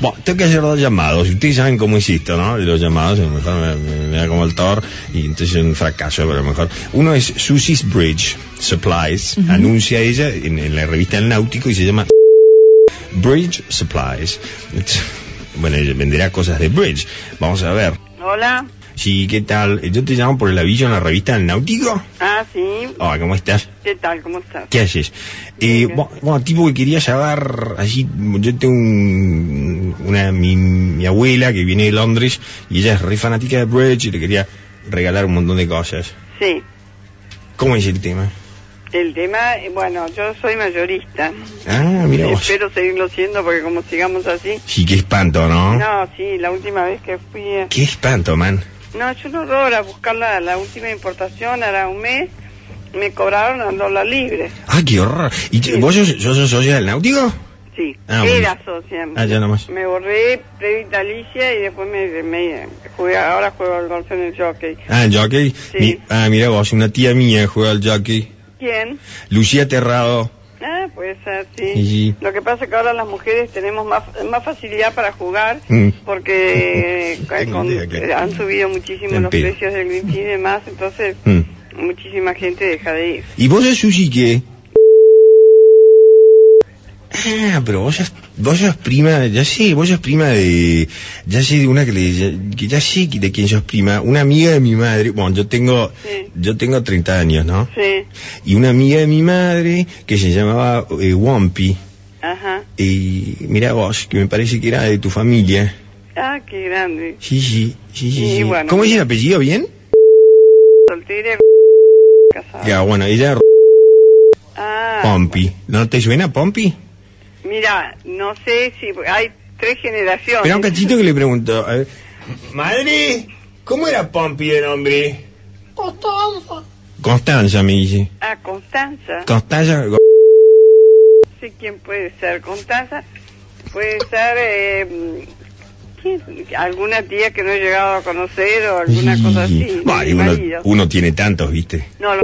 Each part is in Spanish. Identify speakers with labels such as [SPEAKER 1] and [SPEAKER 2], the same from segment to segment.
[SPEAKER 1] Bueno, tengo que hacer dos llamados. Y ustedes saben cómo insisto, ¿no? Y los llamados, a lo mejor me, me- me da como el tor y entonces es un fracaso, pero a lo mejor. Uno es Susie's Bridge Supplies, anuncia ella en, en la revista El Náutico y se llama Bridge Supplies. Bueno, ella venderá cosas de Bridge. Vamos a ver.
[SPEAKER 2] Hola.
[SPEAKER 1] Sí, ¿qué tal? Yo te llamo por el aviso en la revista El Náutico.
[SPEAKER 2] Ah, sí.
[SPEAKER 1] Ah, ¿cómo estás?
[SPEAKER 2] ¿Qué tal? ¿Cómo estás?
[SPEAKER 1] ¿Qué haces? Eh,
[SPEAKER 2] Bien.
[SPEAKER 1] bu- bueno, tipo que quería saber, así, yo tengo un- una, mi, mi abuela que viene de Londres y ella es re fanática de Bridge y le quería regalar un montón de cosas.
[SPEAKER 2] Sí.
[SPEAKER 1] ¿Cómo es el tema?
[SPEAKER 2] El tema, eh, bueno, yo soy mayorista.
[SPEAKER 1] Ah, mira vos.
[SPEAKER 2] Espero seguirlo siendo porque como sigamos así.
[SPEAKER 1] Sí, qué espanto, ¿no?
[SPEAKER 2] No, sí, la última vez que fui... eh,
[SPEAKER 1] Qué espanto, man.
[SPEAKER 2] No, es un horror a buscar la, la última importación, era un mes, me cobraron al dólar libre.
[SPEAKER 1] Ah, qué horror. ¿Y
[SPEAKER 2] Sí.
[SPEAKER 1] vos sos, sos- sos socia del náutico?
[SPEAKER 2] Sí,
[SPEAKER 1] Ah,
[SPEAKER 2] era socia.
[SPEAKER 1] Ah, ya nomás.
[SPEAKER 2] Me borré previtalicia y después me, me jugué, ahora juego al golf en el jockey.
[SPEAKER 1] Ah, el jockey. Mi- ah, mira vos, una tía mía juega al jockey.
[SPEAKER 2] ¿Quién?
[SPEAKER 1] Lucía Terrado.
[SPEAKER 2] Ah, puede ser,
[SPEAKER 1] Y
[SPEAKER 2] sí.
[SPEAKER 1] sí.
[SPEAKER 2] Lo que pasa es que ahora las mujeres tenemos más, más facilidad para jugar
[SPEAKER 1] Mm.
[SPEAKER 2] porque eh,
[SPEAKER 1] Tengo
[SPEAKER 2] con-
[SPEAKER 1] idea que-
[SPEAKER 2] eh, han subido muchísimo
[SPEAKER 1] En
[SPEAKER 2] los
[SPEAKER 1] pedo.
[SPEAKER 2] precios del green tea y demás, entonces
[SPEAKER 1] Mm.
[SPEAKER 2] muchísima gente deja de ir.
[SPEAKER 1] ¿Y vos sos Susi qué? Ah, pero vos sos, vos sos prima, ya sé, vos sos prima de, ya sé de una que le, ya, que ya sé de quién sos prima, una amiga de mi madre, bueno, yo tengo,
[SPEAKER 2] Sí.
[SPEAKER 1] yo tengo 30 años, ¿no?
[SPEAKER 2] Sí,
[SPEAKER 1] Y una amiga de mi madre que se llamaba eh, Wampi,
[SPEAKER 2] ajá.
[SPEAKER 1] y mira vos, que me parece que era de tu familia.
[SPEAKER 2] Ah, qué grande.
[SPEAKER 1] Sí, sí, sí, sí.
[SPEAKER 2] Y
[SPEAKER 1] sí.
[SPEAKER 2] bueno.
[SPEAKER 1] ¿Cómo es el apellido, bien?
[SPEAKER 2] Soltera y casada.
[SPEAKER 1] Ya, bueno, ella era
[SPEAKER 2] Ah,
[SPEAKER 1] Pompi. ¿No te suena Pompi?
[SPEAKER 2] mira, no sé si hay tres generaciones.
[SPEAKER 1] Espera un cachito que le pregunto. a ver. Madre, ¿cómo era Pompi de nombre? Constanza. Constanza, me dice.
[SPEAKER 2] Ah, Constanza.
[SPEAKER 1] Constanza. go-
[SPEAKER 2] No sé quién puede ser. Constanza puede ser eh, ¿quién? alguna tía que no he llegado a conocer o alguna cosa así.
[SPEAKER 1] Bah,
[SPEAKER 2] de
[SPEAKER 1] y
[SPEAKER 2] mi
[SPEAKER 1] uno,
[SPEAKER 2] marido.
[SPEAKER 1] uno tiene tantos, ¿viste?
[SPEAKER 2] No, los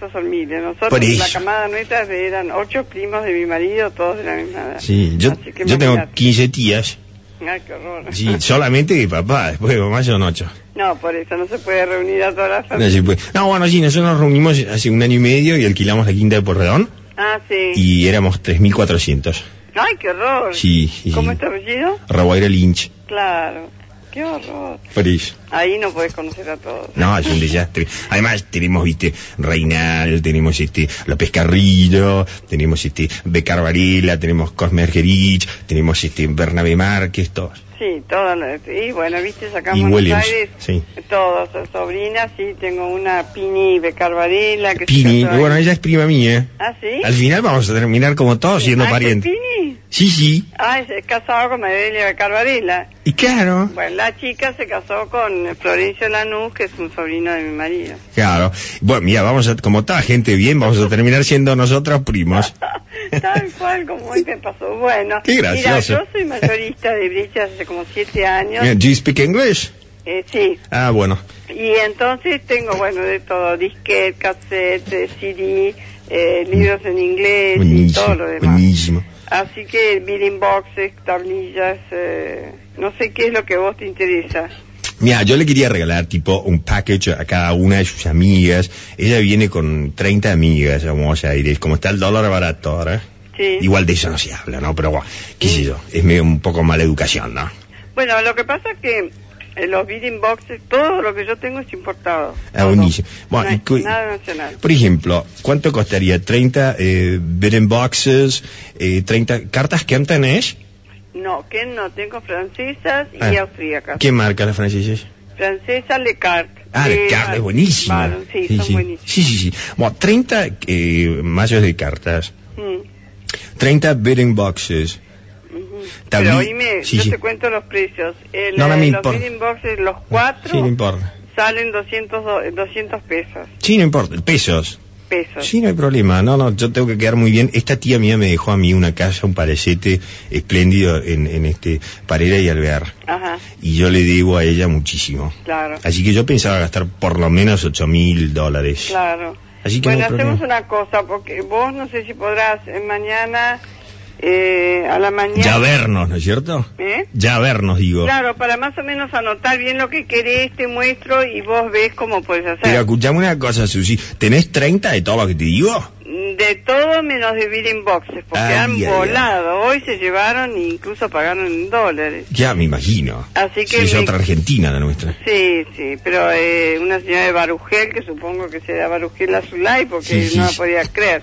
[SPEAKER 2] esos son miles. Nosotros,
[SPEAKER 1] Por eso.
[SPEAKER 2] la camada nuestra, de- eran ocho primos de mi marido, todos de la misma edad.
[SPEAKER 1] Sí, yo,
[SPEAKER 2] Así que
[SPEAKER 1] yo tengo
[SPEAKER 2] imagínate.
[SPEAKER 1] 15 tías.
[SPEAKER 2] Ay, qué horror.
[SPEAKER 1] Sí, solamente de papá, después de mamá son 8.
[SPEAKER 2] No, por eso no se puede reunir a todas las
[SPEAKER 1] No,
[SPEAKER 2] familias.
[SPEAKER 1] se puede. No, bueno, sí, nosotros nos reunimos hace un año y medio y alquilamos la quinta de Porredón
[SPEAKER 2] Ah, sí.
[SPEAKER 1] y éramos 3.400.
[SPEAKER 2] Ay, qué horror.
[SPEAKER 1] Sí, sí.
[SPEAKER 2] ¿Cómo está apellido?
[SPEAKER 1] Raguaira Lynch,
[SPEAKER 2] Claro. Qué horror.
[SPEAKER 1] por eso.
[SPEAKER 2] Ahí no puedes conocer a todos.
[SPEAKER 1] No, es un desastre. Además tenemos, viste, Reinal, tenemos este López Carrillo, tenemos este Becar Varela, tenemos Cosme Argerich, tenemos este Bernabé Márquez, todos.
[SPEAKER 2] Sí, todas las... Y bueno, viste,
[SPEAKER 1] Y
[SPEAKER 2] sacamos en Buenos
[SPEAKER 1] Williams,
[SPEAKER 2] Aires
[SPEAKER 1] sí.
[SPEAKER 2] todos, eh, sobrinas, sí, tengo una Pini Becarvarela. Que se
[SPEAKER 1] Pini,
[SPEAKER 2] casó ahí.
[SPEAKER 1] bueno, ella es prima mía.
[SPEAKER 2] ¿Ah, sí?
[SPEAKER 1] Al final vamos a terminar como todos siendo
[SPEAKER 2] Ah, ¿es
[SPEAKER 1] parientes.
[SPEAKER 2] Pini?
[SPEAKER 1] Sí, sí.
[SPEAKER 2] Ah, es es casado con Madelia Becarvarela.
[SPEAKER 1] Y claro,
[SPEAKER 2] Bueno, la chica se casó con Florencio Lanús, que es un sobrino de mi marido.
[SPEAKER 1] claro. Bueno, mira, vamos a, como toda gente bien, vamos a terminar siendo nosotros primos.
[SPEAKER 2] Tal cual como hoy me pasó. Bueno,
[SPEAKER 1] Qué
[SPEAKER 2] mira,
[SPEAKER 1] gracioso.
[SPEAKER 2] yo soy mayorista de brechas hace como siete años.
[SPEAKER 1] Mira, ¿Do you speak English?
[SPEAKER 2] Eh, sí,
[SPEAKER 1] Ah, bueno.
[SPEAKER 2] y entonces tengo, bueno, de todo, disquete, cassette, eh, CD, eh, libros en inglés y todo
[SPEAKER 1] Buenísimo,
[SPEAKER 2] lo demás.
[SPEAKER 1] buenísimo.
[SPEAKER 2] Así que bidding boxes, tablillas, eh, no sé qué es lo que a vos te interesa.
[SPEAKER 1] Mira, yo le quería regalar tipo un package a cada una de sus amigas. Ella viene con 30 amigas a Buenos Aires. Como está el dólar barato ahora.
[SPEAKER 2] Sí.
[SPEAKER 1] Igual de eso no se habla, ¿no? Pero bueno, qué sé yo. Es medio un poco mala educación, ¿no? Ah,
[SPEAKER 2] Bueno, lo que pasa es que eh, los bidding boxes, todo lo que yo tengo es importado.
[SPEAKER 1] Ah,
[SPEAKER 2] Todo.
[SPEAKER 1] buenísimo. Bueno,
[SPEAKER 2] No hay
[SPEAKER 1] y cu-
[SPEAKER 2] nada nacional.
[SPEAKER 1] Por ejemplo, ¿cuánto costaría? 30 eh, bed and boxes, eh, 30 cartas que tenés.
[SPEAKER 2] No, que no, tengo francesas y
[SPEAKER 1] Ah.
[SPEAKER 2] austríacas.
[SPEAKER 1] ¿Qué marca las francesas?
[SPEAKER 2] Francesa Le Carte.
[SPEAKER 1] Ah, de cartas, es buenísima.
[SPEAKER 2] Baron, sí, son
[SPEAKER 1] sí.
[SPEAKER 2] buenísimas.
[SPEAKER 1] Sí, sí, sí. Bueno, 30 eh, mallos de cartas,
[SPEAKER 2] Mm.
[SPEAKER 1] 30 bed and boxes.
[SPEAKER 2] Ujú.
[SPEAKER 1] Tabli-
[SPEAKER 2] Pero oíme,
[SPEAKER 1] sí,
[SPEAKER 2] yo
[SPEAKER 1] sí.
[SPEAKER 2] te cuento los precios. El,
[SPEAKER 1] No, no
[SPEAKER 2] eh,
[SPEAKER 1] me
[SPEAKER 2] los
[SPEAKER 1] importa. Ah,
[SPEAKER 2] bidding boxes, los
[SPEAKER 1] Sí,
[SPEAKER 2] cuatro,
[SPEAKER 1] no importa.
[SPEAKER 2] salen 200, do- 200 pesos.
[SPEAKER 1] Sí, no importa. Pesos.
[SPEAKER 2] pesos.
[SPEAKER 1] Sí, no hay problema. No, no, yo tengo que quedar muy bien. Esta tía mía me dejó a mí una casa, un parecete espléndido en, en este Parera y Alvear.
[SPEAKER 2] Ajá,
[SPEAKER 1] Y yo le debo a ella muchísimo.
[SPEAKER 2] claro,
[SPEAKER 1] Así que yo pensaba gastar por lo menos ocho mil dólares.
[SPEAKER 2] claro.
[SPEAKER 1] Así que
[SPEAKER 2] Bueno,
[SPEAKER 1] no hay
[SPEAKER 2] hacemos
[SPEAKER 1] problema.
[SPEAKER 2] una cosa, porque vos no sé si podrás eh, mañana eh, a la mañana.
[SPEAKER 1] Ya vernos, ¿no es cierto?
[SPEAKER 2] ¿Eh?
[SPEAKER 1] Ya vernos, digo.
[SPEAKER 2] Claro, para más o menos anotar bien lo que querés, te muestro y vos ves cómo puedes
[SPEAKER 1] Pero
[SPEAKER 2] hacer.
[SPEAKER 1] escuchame una cosa, Susi. ¿Tenés 30 de todo lo que te digo?
[SPEAKER 2] De todo menos de bidding boxes, porque
[SPEAKER 1] Ay,
[SPEAKER 2] han
[SPEAKER 1] ay, ay.
[SPEAKER 2] volado. Hoy se llevaron e incluso pagaron en dólares.
[SPEAKER 1] Ya me imagino.
[SPEAKER 2] Así que
[SPEAKER 1] Sí, es
[SPEAKER 2] me-
[SPEAKER 1] otra Argentina la nuestra.
[SPEAKER 2] Sí, sí, pero eh, una señora de Barugel, que supongo que será Barugel Azulay, porque
[SPEAKER 1] Sí, sí,
[SPEAKER 2] no la
[SPEAKER 1] sí.
[SPEAKER 2] podía creer,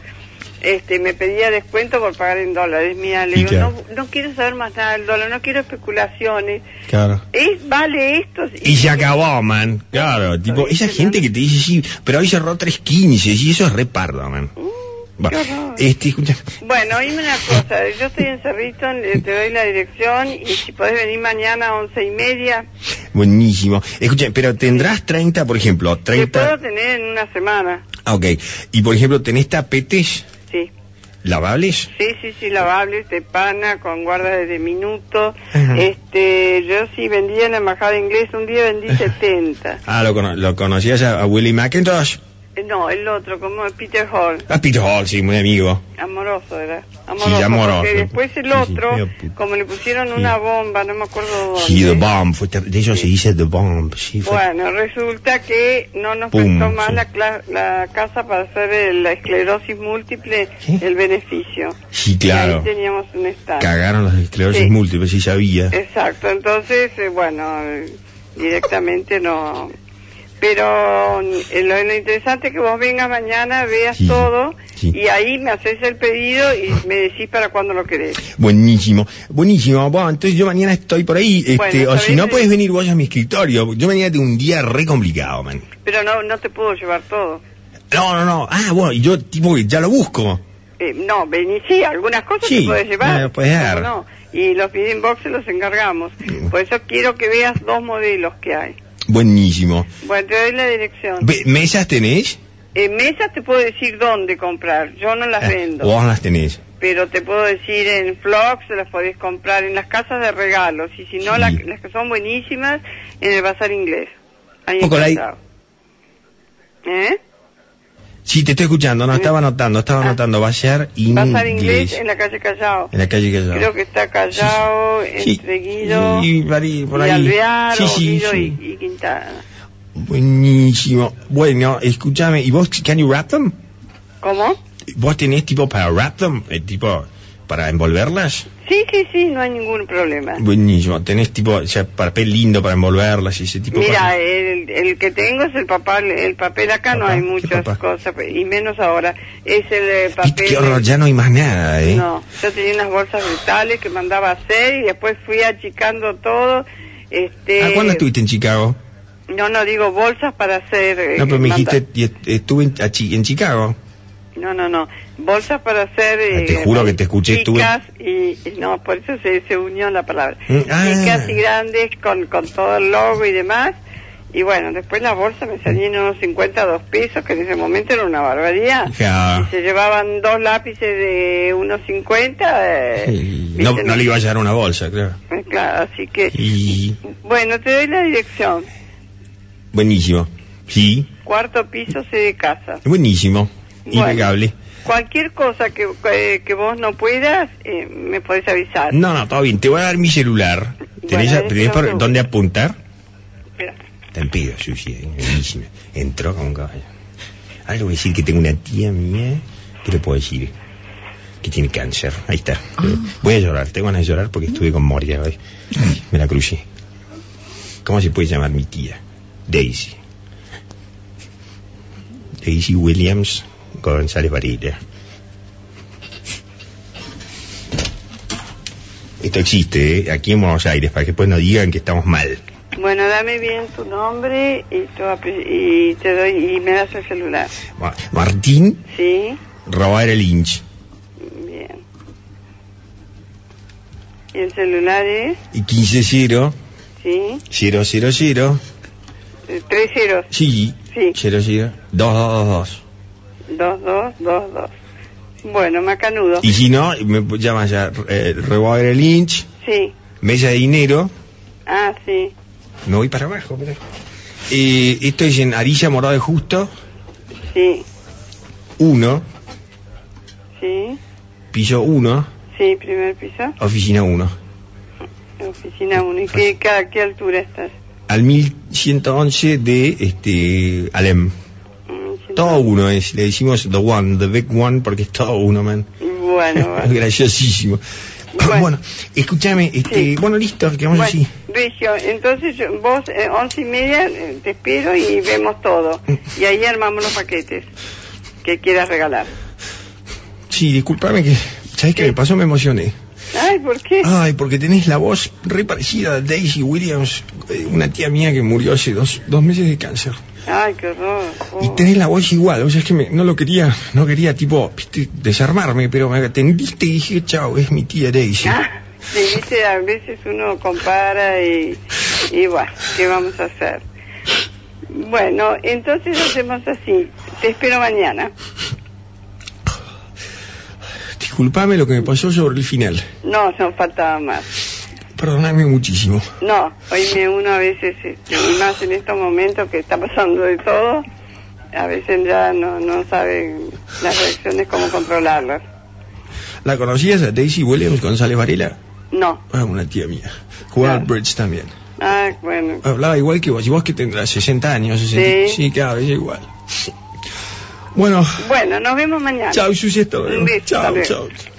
[SPEAKER 2] este, me pedía descuento por pagar en dólares. Mira, le
[SPEAKER 1] ¿Y
[SPEAKER 2] digo,
[SPEAKER 1] qué?
[SPEAKER 2] no, no quiero saber más nada del dólar, no quiero especulaciones.
[SPEAKER 1] Claro.
[SPEAKER 2] ¿Es, ¿Vale esto?
[SPEAKER 1] Y se acabó, man. Claro, tipo, esa gente que te dice, sí, pero hoy cerró 3.15, y eso es repardo, man.
[SPEAKER 2] Mm, qué
[SPEAKER 1] Bueno,
[SPEAKER 2] horror.
[SPEAKER 1] este, escucha.
[SPEAKER 2] Bueno, dime una cosa, yo estoy en Cerritos, le- te doy la dirección y si podés venir mañana a once y media,
[SPEAKER 1] Buenísimo. Escucha, pero tendrás 30, por ejemplo,
[SPEAKER 2] te puedo
[SPEAKER 1] 30.
[SPEAKER 2] tener en una semana,
[SPEAKER 1] Ah, ok. Y por ejemplo, tenés tapetes
[SPEAKER 2] sí.
[SPEAKER 1] lavables.
[SPEAKER 2] Sí, sí, sí, lavables de pana, con guardas de minutos.
[SPEAKER 1] Ajá.
[SPEAKER 2] Este, yo sí vendía en la embajada inglesa, un día vendí 70.
[SPEAKER 1] Ah, lo, cono- lo conocías a, a Willie McIntosh.
[SPEAKER 2] Eh, No, el otro, como Peter Hall,
[SPEAKER 1] A Peter Hall, sí, muy amigo.
[SPEAKER 2] amoroso era.
[SPEAKER 1] Sí, amoroso.
[SPEAKER 2] Porque después el
[SPEAKER 1] Sí, sí,
[SPEAKER 2] otro,
[SPEAKER 1] medio puto.
[SPEAKER 2] como le pusieron
[SPEAKER 1] Sí.
[SPEAKER 2] una bomba, no me acuerdo dónde.
[SPEAKER 1] Sí, The Bomb. Fue ter- de ellos se dice The Bomb. Sí, fue-
[SPEAKER 2] Oh, Bueno, resulta que no nos
[SPEAKER 1] Pum,
[SPEAKER 2] prestó más
[SPEAKER 1] sí.
[SPEAKER 2] la, cla- la casa para hacer el- la esclerosis múltiple,
[SPEAKER 1] ¿Qué?
[SPEAKER 2] el beneficio.
[SPEAKER 1] sí
[SPEAKER 2] Y ahí
[SPEAKER 1] claro.
[SPEAKER 2] teníamos un stand.
[SPEAKER 1] Cagaron las esclerosis
[SPEAKER 2] Sí.
[SPEAKER 1] múltiples, sí sabía.
[SPEAKER 2] Exacto, entonces, eh, bueno, eh, directamente no. Pero eh, lo, lo interesante es que vos vengas mañana, veas
[SPEAKER 1] Sí,
[SPEAKER 2] todo
[SPEAKER 1] sí.
[SPEAKER 2] y ahí me haces el pedido y me decís para cuándo lo querés.
[SPEAKER 1] Buenísimo, buenísimo. Bueno, entonces yo mañana estoy por ahí. Este,
[SPEAKER 2] Bueno,
[SPEAKER 1] o
[SPEAKER 2] está
[SPEAKER 1] si
[SPEAKER 2] bien.
[SPEAKER 1] no, puedes venir vos a mi escritorio. Yo mañana tengo un día re complicado, man.
[SPEAKER 2] Pero no, no te puedo llevar todo.
[SPEAKER 1] No, no, no. Ah, bueno, y yo tipo ya lo busco.
[SPEAKER 2] Eh, no, vení, sí, algunas cosas
[SPEAKER 1] Sí,
[SPEAKER 2] te puedes llevar.
[SPEAKER 1] me lo puedes dar.
[SPEAKER 2] ¿cómo No, y los bidding boxes los encargamos.
[SPEAKER 1] Mm.
[SPEAKER 2] Por eso quiero que veas dos modelos que hay.
[SPEAKER 1] Buenísimo.
[SPEAKER 2] Bueno, te doy la dirección.
[SPEAKER 1] Ve- ¿Mesas tenés?
[SPEAKER 2] En mesas te puedo decir dónde comprar. Yo no las
[SPEAKER 1] Ah,
[SPEAKER 2] vendo.
[SPEAKER 1] Vos las tenés.
[SPEAKER 2] pero te puedo decir en Flox las podés comprar en las casas de regalos y si no
[SPEAKER 1] Sí.
[SPEAKER 2] la- las que son buenísimas en el bazar inglés ahí
[SPEAKER 1] Poco la-
[SPEAKER 2] encontrado. ¿Eh?
[SPEAKER 1] Sí, te estoy escuchando. No, estaba anotando, estaba
[SPEAKER 2] Ah.
[SPEAKER 1] anotando. Va a ser
[SPEAKER 2] bazar inglés
[SPEAKER 1] Mm, inglés.
[SPEAKER 2] en la calle Callao
[SPEAKER 1] En la calle que
[SPEAKER 2] creo que está Callao entre Guido
[SPEAKER 1] y, Bari- por
[SPEAKER 2] y
[SPEAKER 1] ahí.
[SPEAKER 2] Alvear
[SPEAKER 1] Sí,
[SPEAKER 2] o
[SPEAKER 1] sí,
[SPEAKER 2] Guido
[SPEAKER 1] sí.
[SPEAKER 2] Y, y Quintana
[SPEAKER 1] Buenísimo. Bueno, escúchame. ¿Y vos, can you wrap them?
[SPEAKER 2] ¿cómo?
[SPEAKER 1] ¿Vos tenés tipo para wrap them? Eh, tipo, para envolverlas?
[SPEAKER 2] sí, sí, sí no hay ningún problema
[SPEAKER 1] Buenísimo. ¿Tenés tipo, o sea, papel lindo para envolverlas y ese tipo de
[SPEAKER 2] Mira, eh,
[SPEAKER 1] cosas?
[SPEAKER 2] el, el que tengo es el papel, el papel acá no
[SPEAKER 1] Papá,
[SPEAKER 2] hay
[SPEAKER 1] ¿qué
[SPEAKER 2] muchas
[SPEAKER 1] papá?
[SPEAKER 2] cosas, y menos ahora, es el eh,
[SPEAKER 1] Viste
[SPEAKER 2] papel...
[SPEAKER 1] qué horror, ya no hay más nada, ¿eh?
[SPEAKER 2] No, yo tenía unas bolsas brutales que mandaba a hacer y después fui achicando todo. Este,
[SPEAKER 1] ¿A Ah, cuándo estuviste en Chicago?
[SPEAKER 2] No, no, digo bolsas para hacer... eh,
[SPEAKER 1] No, pero me
[SPEAKER 2] manda-
[SPEAKER 1] dijiste, y est- estuve en, a Chi- en Chicago.
[SPEAKER 2] No, no, no, bolsas para hacer... eh,
[SPEAKER 1] Ah, te juro que te escuché, estuve-
[SPEAKER 2] Chicas y, y No, por eso se, se unió la palabra.
[SPEAKER 1] Mm, ah.
[SPEAKER 2] Chicas y grandes con, con todo el logo y demás. Y bueno, después las bolsas me salían unos 52 pesos, que en ese momento era una barbaridad.
[SPEAKER 1] Ja.
[SPEAKER 2] Y se llevaban dos lápices de unos 50. eh,
[SPEAKER 1] Sí.
[SPEAKER 2] ¿viste?
[SPEAKER 1] No, no le iba a llevar una bolsa, creo.
[SPEAKER 2] Eh, Claro, así que...
[SPEAKER 1] Y...
[SPEAKER 2] Bueno, te doy la dirección.
[SPEAKER 1] Buenísimo. Sí,
[SPEAKER 2] Cuarto piso, sede casa.
[SPEAKER 1] buenísimo.
[SPEAKER 2] Bueno.
[SPEAKER 1] Impecable.
[SPEAKER 2] Cualquier cosa que, eh, que vos no puedas, eh, me podés avisar.
[SPEAKER 1] No, no, todo bien. Te voy a dar mi celular. ¿Tenés,
[SPEAKER 2] Bueno, eh,
[SPEAKER 1] tenés por
[SPEAKER 2] déjalo.
[SPEAKER 1] dónde apuntar?
[SPEAKER 2] Espera.
[SPEAKER 1] Te pido, Sushi. eh, buenísimo. Entró como un caballo. Algo voy a decir que tengo una tía mía. ¿Qué le puedo decir? Que tiene cáncer. Ahí está. Eh, Voy a llorar. Tengo ganas de llorar porque estuve con Moria hoy. Me la crucé. ¿Cómo se puede llamar mi tía? Daisy. Daisy Williams González Varilla. Esto existe, ¿eh? aquí en Buenos Aires, para que después no digan que estamos mal.
[SPEAKER 2] Bueno, dame bien tu nombre y, tu apell- y te doy y me das el celular.
[SPEAKER 1] Ma- Martín
[SPEAKER 2] ¿Sí?
[SPEAKER 1] robar el Lynch.
[SPEAKER 2] Bien. ¿Y el celular es?
[SPEAKER 1] Y 15 0,
[SPEAKER 2] ¿Sí?
[SPEAKER 1] 0, 0, 0,
[SPEAKER 2] Eh, Tres ceros.
[SPEAKER 1] sí,
[SPEAKER 2] Sí.
[SPEAKER 1] 0, 0, 2, 2, 2, 2.
[SPEAKER 2] Dos, dos, dos, dos. Bueno, macanudo.
[SPEAKER 1] Y si no, me llamas ya eh, robar el Lynch,
[SPEAKER 2] Sí.
[SPEAKER 1] mesa de dinero,
[SPEAKER 2] Ah, sí.
[SPEAKER 1] me voy para abajo. mirá. Eh, esto es en Arilla Morado de Justo,
[SPEAKER 2] Sí.
[SPEAKER 1] 1,
[SPEAKER 2] Sí.
[SPEAKER 1] piso 1,
[SPEAKER 2] Sí, primer piso,
[SPEAKER 1] Oficina 1.
[SPEAKER 2] oficina 1. ¿Y qué, qué, a qué altura estás?
[SPEAKER 1] Al 1111 de este, Alem.
[SPEAKER 2] Mm,
[SPEAKER 1] Todo uno es. Le decimos The One, The Big One, porque es todo uno, man.
[SPEAKER 2] Bueno, vale.
[SPEAKER 1] Graciosísimo. Bueno,
[SPEAKER 2] Bueno.
[SPEAKER 1] escúchame. Este,
[SPEAKER 2] Sí.
[SPEAKER 1] Bueno, listo, quedamos
[SPEAKER 2] Bueno,
[SPEAKER 1] así.
[SPEAKER 2] Rigio, entonces yo- vos eh, once y media eh, te espero y vemos todo. Y ahí armamos los paquetes que quieras regalar.
[SPEAKER 1] Sí, discúlpame que... ¿Sabes qué me pasó? Me emocioné.
[SPEAKER 2] Ay, ¿por qué?
[SPEAKER 1] Ay, porque tenés la voz re parecida a Daisy Williams, eh, una tía mía que murió hace dos, dos meses de cáncer.
[SPEAKER 2] Ay, qué horror.
[SPEAKER 1] Y
[SPEAKER 2] Oh.
[SPEAKER 1] tenés la voz igual, o sea, es que me- no lo quería, no quería, tipo, viste, desarmarme, pero me atendiste y dije, chao, es mi tía Daisy.
[SPEAKER 2] Ah, sí, viste, a veces uno compara y, y bueno, ¿qué vamos a hacer? Bueno, entonces hacemos así. Te espero mañana.
[SPEAKER 1] Disculpame lo que me pasó sobre el final.
[SPEAKER 2] No, no faltaba más.
[SPEAKER 1] Perdoname muchísimo.
[SPEAKER 2] No, hoy me uno a veces, este, y más en estos momentos que está pasando de todo, a veces ya no, no saben las reacciones cómo controlarlas.
[SPEAKER 1] ¿La conocías a Daisy Williams González Varela?
[SPEAKER 2] No.
[SPEAKER 1] Ah, una tía mía. Jugaba al
[SPEAKER 2] Claro.
[SPEAKER 1] bridge también.
[SPEAKER 2] Ah, bueno.
[SPEAKER 1] Hablaba igual que vos, y vos que tendrás 60 años, 60.
[SPEAKER 2] Sí.
[SPEAKER 1] Sí, claro, ella igual. Bueno,
[SPEAKER 2] Bueno, nos vemos mañana.
[SPEAKER 1] chao, Susi, hasta luego.
[SPEAKER 2] Un beso,
[SPEAKER 1] Chao,
[SPEAKER 2] hasta luego.
[SPEAKER 1] chao.